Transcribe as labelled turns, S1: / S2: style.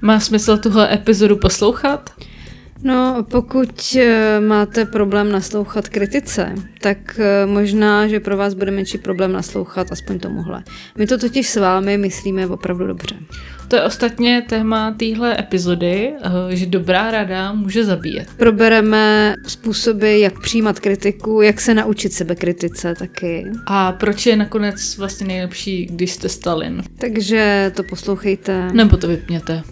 S1: Má smysl tuhle epizodu poslouchat?
S2: No, pokud eh, máte problém naslouchat kritice, tak eh, možná, že pro vás bude menší problém naslouchat aspoň tomuhle. My to totiž s vámi myslíme opravdu dobře.
S1: To je ostatně téma téhle epizody, eh, že dobrá rada může zabíjet.
S2: Probereme způsoby, jak přijímat kritiku, jak se naučit sebekritice taky.
S1: A proč je nakonec vlastně nejlepší, když jste Stalin?
S2: Takže to poslouchejte.
S1: Nebo to vypněte.